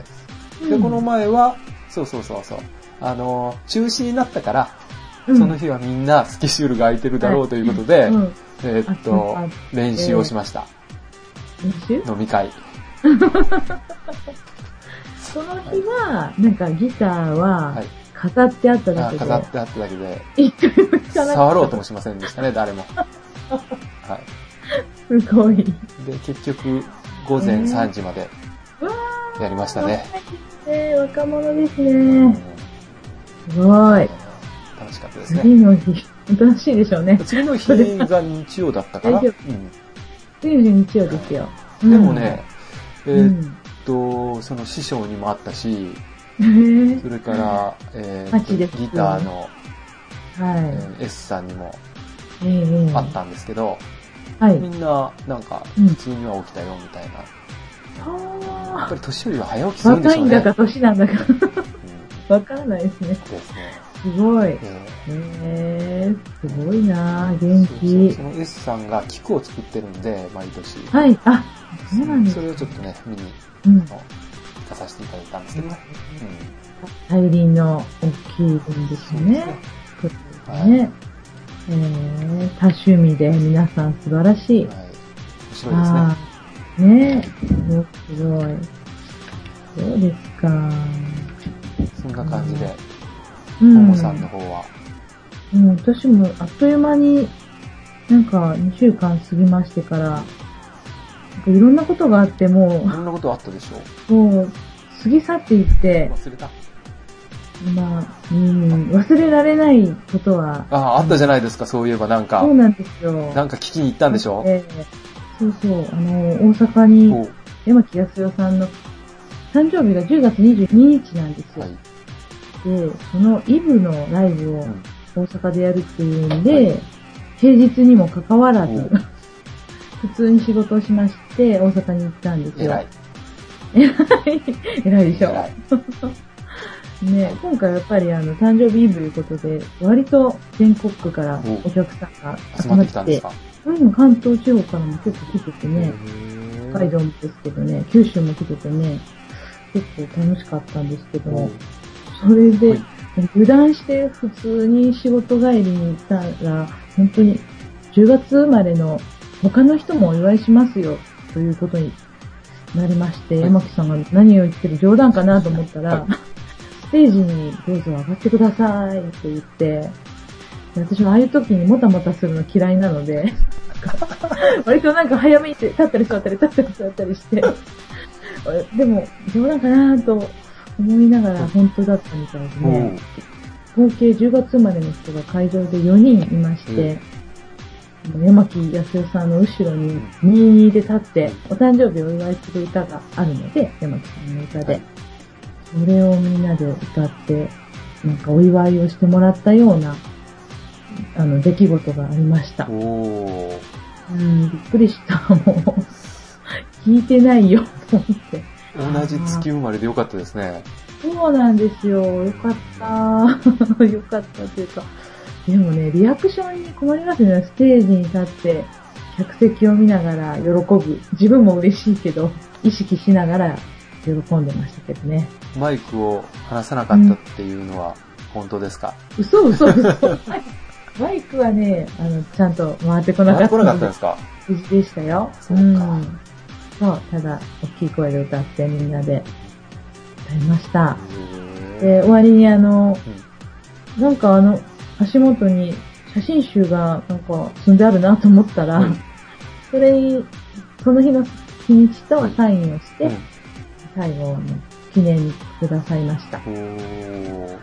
Speaker 2: う
Speaker 1: で、
Speaker 2: ん
Speaker 1: この、前は、そうそうそうそう。あの、中止になったから、
Speaker 2: うん
Speaker 1: その日はみんなスケジュールが空いてるだろうということで、
Speaker 2: うん
Speaker 1: えーっと
Speaker 2: あ、
Speaker 1: 練習をしました。
Speaker 2: 練習
Speaker 1: 飲み会。
Speaker 2: その日は、なんかギターは
Speaker 1: はい、
Speaker 2: 飾ってあっただ
Speaker 1: あ
Speaker 2: けで、
Speaker 1: 飾ってあっただけで、
Speaker 2: 一回も弾かなかった。
Speaker 1: 触ろうともしませんでしたね、誰も。は
Speaker 2: すごい。
Speaker 1: い。で、結局、午前
Speaker 2: うん
Speaker 1: 3時まで
Speaker 2: うわ
Speaker 1: やりましたね。
Speaker 2: ね若者です
Speaker 1: うん
Speaker 2: ね。すごい。
Speaker 1: 楽しかったですね。
Speaker 2: 次の日、楽しいでしょうね。
Speaker 1: 次の日が日曜だったから。
Speaker 2: 大丈次の日日曜ですよ。
Speaker 1: うんでもね、え
Speaker 2: う
Speaker 1: ーっ
Speaker 2: ん、
Speaker 1: と、その師匠にもあったし、
Speaker 2: うん。へ
Speaker 1: それから、えーっと
Speaker 2: 街です
Speaker 1: ギターの、
Speaker 2: えは
Speaker 1: え
Speaker 2: い。
Speaker 1: ー S さんにも
Speaker 2: ええええ
Speaker 1: あったんですけど、
Speaker 2: はい。
Speaker 1: みんな、なんか、
Speaker 2: うん
Speaker 1: 普通には起きたよ、みたいな。やっぱ
Speaker 2: は
Speaker 1: り年寄りは早起き
Speaker 2: あ
Speaker 1: するんで
Speaker 2: 若
Speaker 1: しょ
Speaker 2: い
Speaker 1: ね。
Speaker 2: うんだか年なんだか
Speaker 1: うん
Speaker 2: わからないですね。
Speaker 1: ですね。
Speaker 2: すごい。へ
Speaker 1: えー
Speaker 2: えすごいな元気
Speaker 1: そ。の S さんが菊を作ってるんで、毎年。
Speaker 2: はい。あ、そうなんで
Speaker 1: そ
Speaker 2: す。
Speaker 1: れをちょっとね、見に、
Speaker 2: うん
Speaker 1: あ。の出させていただいたんですけど、うん。
Speaker 2: 大輪の大きい分ですね。
Speaker 1: はい
Speaker 2: ね。えー、多趣味で皆さん素晴らしい。
Speaker 1: はい。面白いですね。
Speaker 2: あーねえ。すごい。そうですか。
Speaker 1: そんな感じで、
Speaker 2: う
Speaker 1: ももさんの方は。
Speaker 2: うん、私もあっという間に、なんか2週間過ぎましてから、なんかいろんなことがあっても
Speaker 1: いろんなことあったでしょ
Speaker 2: う、もう、過ぎ去っていって
Speaker 1: う。、忘れた。
Speaker 2: まあ、うん、忘れられないことは、
Speaker 1: ああ、あったじゃないですか、そういえばなんか
Speaker 2: そう。なんですよ。
Speaker 1: なんか聞きに行ったんでしょ
Speaker 2: ええそうそう、あの、大阪に、
Speaker 1: お
Speaker 2: 山木康代さんの誕生日が10月22日なんですよ。
Speaker 1: はい。
Speaker 2: で、そのイブのライブを
Speaker 1: うん
Speaker 2: 大阪でやるっていうんで、平日にもかかわらず
Speaker 1: お、
Speaker 2: 普通に仕事をしまして、大阪に行ったんですよ。
Speaker 1: 偉い。
Speaker 2: 偉いでしょ。
Speaker 1: 偉い。
Speaker 2: ね、今回やっぱりあの、誕生日イブということで、割と全国区からお客さんが
Speaker 1: 集まってきたんですか
Speaker 2: うん、関東地方からも結構来ててね、
Speaker 1: へー
Speaker 2: 北海道もですけどね、九州も来ててね、結構楽しかったんですけど、それ
Speaker 1: は
Speaker 2: で
Speaker 1: い、
Speaker 2: 油断して普通に仕事帰りに行ったら、本当に10月生まれの他の人もお祝いしますよ、ということになりまして、
Speaker 1: はい
Speaker 2: 山木さんが何を言ってる冗談かなと思ったら、
Speaker 1: は
Speaker 2: ステージにどうぞ上がってくださいって言って、で私はああいう時にもたもたするの嫌いなので、割となんか早めに立ったり座ったり立ったり座ったりして、でも冗談かなと思いながら本当だったみたいで
Speaker 1: お
Speaker 2: ね、
Speaker 1: ー
Speaker 2: 合計10月生まれの人が会場で4人いまして、山木康代さんの後ろに22で立って、お誕生日をお祝いする歌があるので、山木さんの歌で、それをみんなで歌って、なんかお祝いをしてもらったような、あの、出来事がありました。
Speaker 1: おー
Speaker 2: うん、びっくりした、もう。聞いてないよ、と思って。
Speaker 1: 同じ月生まれでよかったですね。
Speaker 2: そうなんですよ。よかった。 よかったというか。でもね、リアクションに困りますよね。ステージに立って、客席を見ながら喜ぶ。自分も嬉しいけど、意識しながら喜んでましたけどね。
Speaker 1: マイクを離さなかったっていうのは本当ですか、
Speaker 2: 嘘嘘 嘘。マイクはね、あの、ちゃんと回ってこなか
Speaker 1: 回っ
Speaker 2: って
Speaker 1: こ
Speaker 2: た
Speaker 1: なかった
Speaker 2: の
Speaker 1: ん
Speaker 2: で
Speaker 1: で、すか
Speaker 2: 無事でしたよ。
Speaker 1: そうか
Speaker 2: んそう、ただ、大きい声で歌ってみんなで歌いました。で、
Speaker 1: へー
Speaker 2: 終わりにあの、なんかあの、足元に写真集がなんか積んであるなと思ったら、
Speaker 1: うん
Speaker 2: それに、その日の日にちと
Speaker 1: はい
Speaker 2: サインをして、
Speaker 1: うん
Speaker 2: 最後の記念にくださいました。と
Speaker 1: おー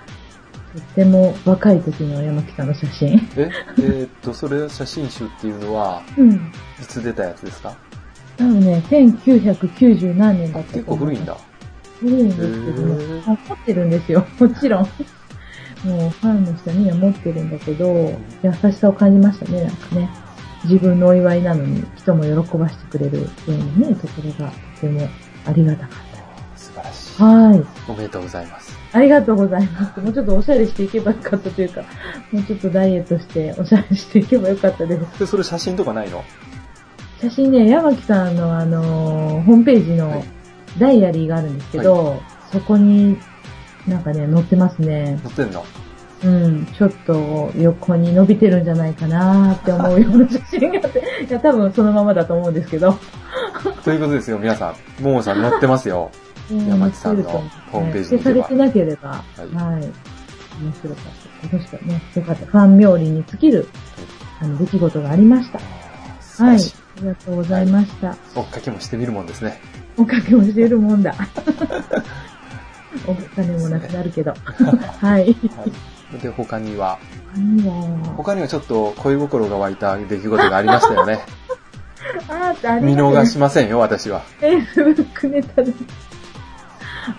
Speaker 2: っても若い時の山木さんの写真。
Speaker 1: え、えーっと、それ写真集っていうのは、
Speaker 2: うん。
Speaker 1: いつ出たやつですか
Speaker 2: 多分ね、1990何年だった
Speaker 1: 結構古いん
Speaker 2: だ。
Speaker 1: だ。
Speaker 2: 古いんですけど
Speaker 1: へー
Speaker 2: ね、あ持ってるんですよ。 もちろん。もうファンの人には持ってるんだけど、優しさを感じましたね、なんかね。自分のお祝いなのに人も喜ばしてくれるようなね、ところがとてもありがたかっ
Speaker 1: 素晴らしい
Speaker 2: た。。はい。
Speaker 1: おめでとうございます。
Speaker 2: ありがとうございます。もうちょっとおしゃれしていけばよかったというか、もうちょっとダイエットしておしゃれしていけばよかったです。
Speaker 1: で、それ写真とかないの
Speaker 2: 写真ね、山木さんのあのーホームページ
Speaker 1: は
Speaker 2: の
Speaker 1: い
Speaker 2: ダイアリーがあるんですけど、そこになんかね、載ってますね。
Speaker 1: 載ってんの
Speaker 2: うん、ちょっと横に伸びてるんじゃないかなーって思うような写真があって、いや、多分そのままだと思うんですけど。
Speaker 1: ということですよ、皆さん。ももさん載ってますよ。山木さんのホームページ
Speaker 2: で
Speaker 1: に行
Speaker 2: さ
Speaker 1: け
Speaker 2: れ
Speaker 1: ば
Speaker 2: てなければ、はいい。面白かった。楽しかったね。よかった。ファン冥利に尽きる、あの、出来事がありました。
Speaker 1: 素晴
Speaker 2: はい。あ
Speaker 1: らしい。
Speaker 2: りがとうございました。
Speaker 1: 追っかけもしてみるもんですね。
Speaker 2: おかげをしているもんだ。 お金もなくな るけど。は
Speaker 1: は
Speaker 2: い。
Speaker 1: い。で、他には、
Speaker 2: 何が
Speaker 1: 他にはちょっと恋心が湧いた出来事がありましたよ ね。
Speaker 2: あった、あり
Speaker 1: 見
Speaker 2: ま
Speaker 1: 逃
Speaker 2: す
Speaker 1: しませんよ、私 は。
Speaker 2: フェイスブックネタで。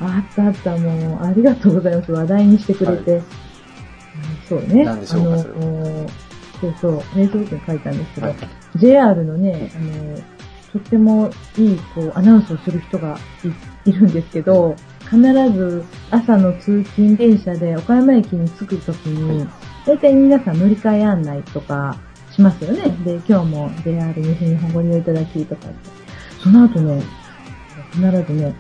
Speaker 2: あったあった、もう、ありがとうございます。話題にしてくれて。うんそうね。
Speaker 1: 何でしょうか
Speaker 2: あの
Speaker 1: それは
Speaker 2: そうそう、フェイスブックに書いたんですけど、
Speaker 1: はい
Speaker 2: JR のね、あの、とってもいい、こう、アナウンスをする人がいいるんですけど、必ず朝の通勤電車で岡山駅に着くときに、大体皆さん乗り換え案内とかしますよね。で、今日も JR 西日本ご利用いただきとかって。その後ね、必ずね、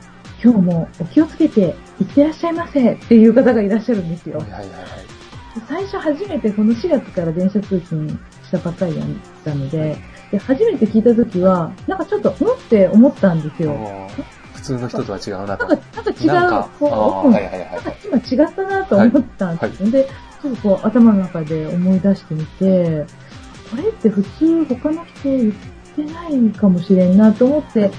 Speaker 2: 今日もお気をつけていってらっしゃいませっていう方がいらっしゃるんですよ
Speaker 1: はい。はいはいはい。
Speaker 2: 最初初めてこの4月から電車通勤したばっかりだったので、で初めて聞いた時は、なんかちょっと、うんって思ったんですよ。
Speaker 1: もう普通の人とは違うな
Speaker 2: な
Speaker 1: と。
Speaker 2: んか、なんか違う、
Speaker 1: なんか、あ
Speaker 2: こう
Speaker 1: あ、
Speaker 2: うん
Speaker 1: はいはいはい
Speaker 2: なん。か今違ったなと思ったんですよ、で、ちょっとこう頭の中で思い出してみて、これって普通他の人言ってないかもしれんなと思って、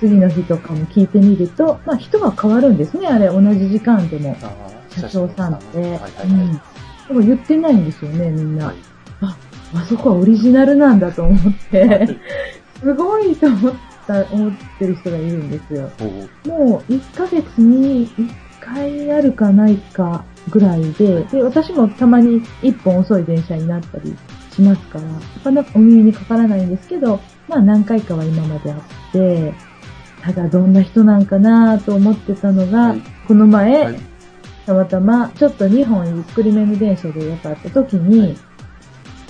Speaker 2: 次の日とかも聞いてみると、まあ人は変わるんですね、あれ同じ時間でも。
Speaker 1: あー
Speaker 2: 社長さんって。
Speaker 1: はいはいはい。
Speaker 2: うん。でも言ってないんですよね、みんな。
Speaker 1: はい
Speaker 2: あそこはオリジナルなんだと思って、
Speaker 1: お
Speaker 2: すごいと思った、思ってる人がいるんですよ。
Speaker 1: ー
Speaker 2: もう1ヶ月に1回あるかないかぐらいで、で、私もたまに1本遅い電車になったりしますから、なかなかお耳にかからないんですけど、まあ何回かは今まであって、ただどんな人なんかなと思ってたのが、
Speaker 1: はい
Speaker 2: この前、
Speaker 1: はい
Speaker 2: たまたまちょっと2本ゆっくりめの電車でやっぱ会った時に、
Speaker 1: はい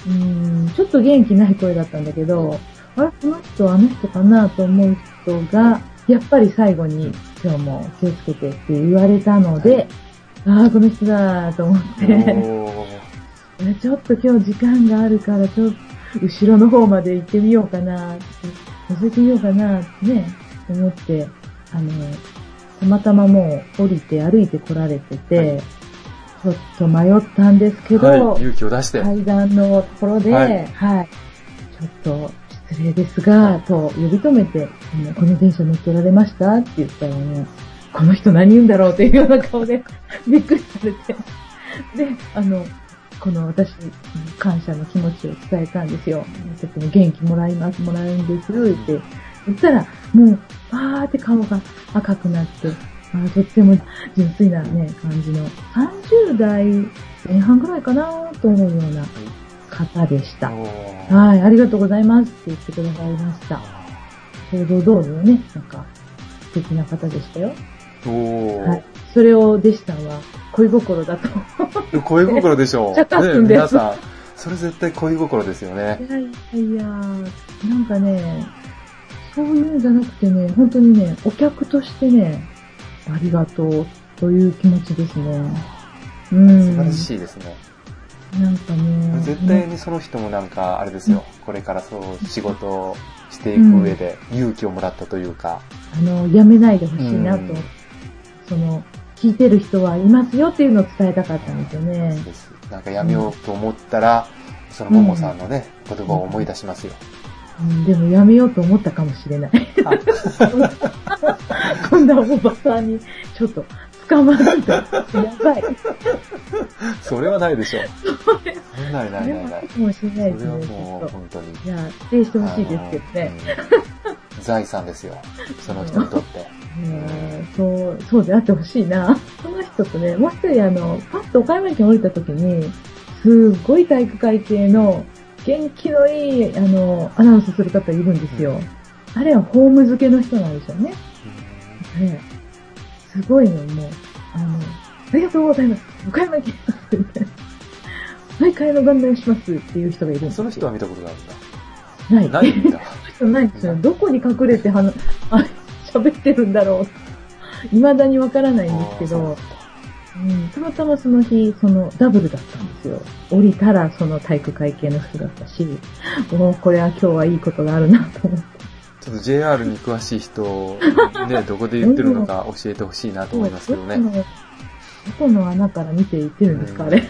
Speaker 1: う
Speaker 2: ーん、ちょっと元気ない声だったんだけど、あれ、この人、あの人かなと思う人が、やっぱり最後に、今日も気をつけてって言われたので、
Speaker 1: はい
Speaker 2: ああ、この人だと思って、
Speaker 1: おー
Speaker 2: ちょっと今日時間があるから、ちょっと後ろの方まで行ってみようかな、覗いてみようかな、ね、思って、あの、たまたまもう降りて歩いて来られてて、
Speaker 1: はい
Speaker 2: ちょっと迷ったんですけど、
Speaker 1: はい、勇気を出して。はい。
Speaker 2: 階段のところで、
Speaker 1: は
Speaker 2: はいい、ちょっと失礼ですが、と呼び止めて、あのこの電車乗っておられましたって言ったらね、この人何言うんだろうっていうような顔で びっくりされて、で、あの、この私、感謝の気持ちを伝えたんですよ。ちょっと元気もらいます、もらうんです、って言ったら、もう、パーって顔が赤くなって、あーとっても純粋なね、感じの、30代前半ぐらいかなと思うような方でした。
Speaker 1: おー
Speaker 2: はい、ありがとうございますって言ってくださいました。想像通りのね、なんか、素敵な方でしたよ。
Speaker 1: おー
Speaker 2: はい。それを、弟子さんは、恋心だと。
Speaker 1: 恋心でし ょう。
Speaker 2: めっちゃ勝つん
Speaker 1: ね
Speaker 2: で
Speaker 1: 皆さん、それ絶対恋心ですよね。
Speaker 2: いやいやいや、なんかね、そういうんじゃなくてね、本当にね、お客としてね、ありがとうという気持ちですね。う
Speaker 1: 素晴
Speaker 2: ん。
Speaker 1: らしいですね。
Speaker 2: なんかね。
Speaker 1: 絶対にその人もなんか、あれですよ。これからそう、仕事をしていく上で勇気をもらったというか。
Speaker 2: あの、やめないでほしいなと、
Speaker 1: うん
Speaker 2: その、聞いてる人はいますよっていうのを伝えたかったんですよね。
Speaker 1: ですなんかやめようと思ったら、そのももさんのね、言葉を思い出しますよ。
Speaker 2: うんでもやめようと思ったかもしれない。
Speaker 1: あ
Speaker 2: こんなおばさんに、ちょっと、捕まると、やばい。
Speaker 1: それはない でしょう。それはない
Speaker 2: や
Speaker 1: ないないな
Speaker 2: ばい
Speaker 1: い。
Speaker 2: かもしれないで
Speaker 1: そ
Speaker 2: す
Speaker 1: れは
Speaker 2: ね、ち
Speaker 1: も
Speaker 2: ょ
Speaker 1: う
Speaker 2: っと。
Speaker 1: 本当に。
Speaker 2: いや、否定してほしいですけどね。
Speaker 1: あのうん財産ですよ。その人にとって。
Speaker 2: うんそう、そうであってほしいな。この人とね、もう一人あの、パッと岡山県降りた時に、すっごい体育会系の、元気のいい、あの、アナウンスする方いるんですよ。あれはホーム付けの人なんでしょうね。ねすごいの、もう。あの、ありがとうございます。岡山県みたいな毎回のご案内しますっていう人がいる
Speaker 1: う
Speaker 2: んで
Speaker 1: ん
Speaker 2: すよ
Speaker 1: その人は見たことがあるんだ。
Speaker 2: ない。
Speaker 1: ないんだ。
Speaker 2: 人ないんですよ。どこに隠れて話、 あ、喋ってるんだろう。未だにわからないんですけ
Speaker 1: あ
Speaker 2: ど
Speaker 1: ー、
Speaker 2: うん、たまたまその日、そのダブルだったんですよ。降りたらその体育会系の人だったし、もうこれは今日はいいことがあるなと思って。
Speaker 1: ちょっと JR に詳しい人、ね、どこで言ってるのか教えてほしいなと思いますけどね。
Speaker 2: どこのどこの穴から見ていってるんですか、あれ。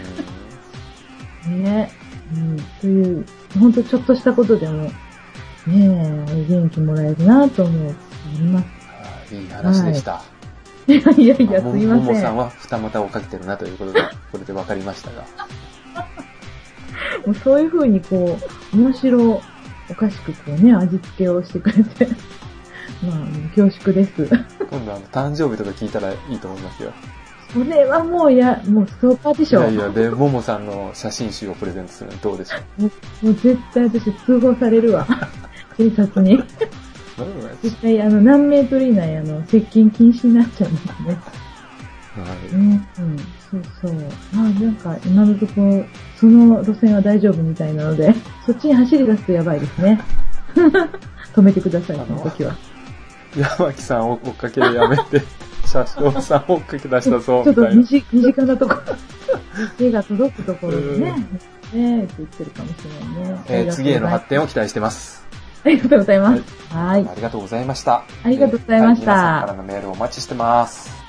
Speaker 2: ねえ、うん、という、ほんとちょっとしたことでも、ねえ、元気もらえるなと思う、思います。
Speaker 1: うんいい話でした。
Speaker 2: いや いやいや、す
Speaker 1: も
Speaker 2: いま
Speaker 1: もも
Speaker 2: せ
Speaker 1: さ
Speaker 2: ん。
Speaker 1: ん
Speaker 2: も
Speaker 1: は二股をかけてるなということで、これで分かりましたが。
Speaker 2: うそういう風にこう、面白おかしくこうね、味付けをしてくれて、 まあ、恐縮です。
Speaker 1: 今度あの、誕生日とか聞いたらいいと思いますよ。
Speaker 2: それはもうや、もうストーカーで
Speaker 1: い
Speaker 2: しょ。
Speaker 1: やいや、で、ももさんの写真集をプレゼントするのどうでしょ
Speaker 2: もう絶対私通報されるわ。 警察に。
Speaker 1: うなるほどね
Speaker 2: 絶対あの、何メートル以内、あの、接近禁止になっちゃうんですね。う
Speaker 1: は
Speaker 2: ん、うん、そうそう。まあなんか今のところ、その路線は大丈夫みたいなので、 そっちに走り出すとやばいですね。止めてください、その時は。
Speaker 1: い。山木さんを追っかけでやめ て、車掌さんを追っかけ出したぞ、
Speaker 2: ちょ
Speaker 1: み
Speaker 2: っと
Speaker 1: たいな
Speaker 2: 身。近身近なところ、 手が届くところでね、ねえって言ってるかもしれないね。
Speaker 1: えー次への発展
Speaker 2: を。
Speaker 1: を期待してます。
Speaker 2: ありがとうございます。はーい。
Speaker 1: ありがとうございました。
Speaker 2: ありがとうございました
Speaker 1: は皆さんからのメールをお待ちしてます。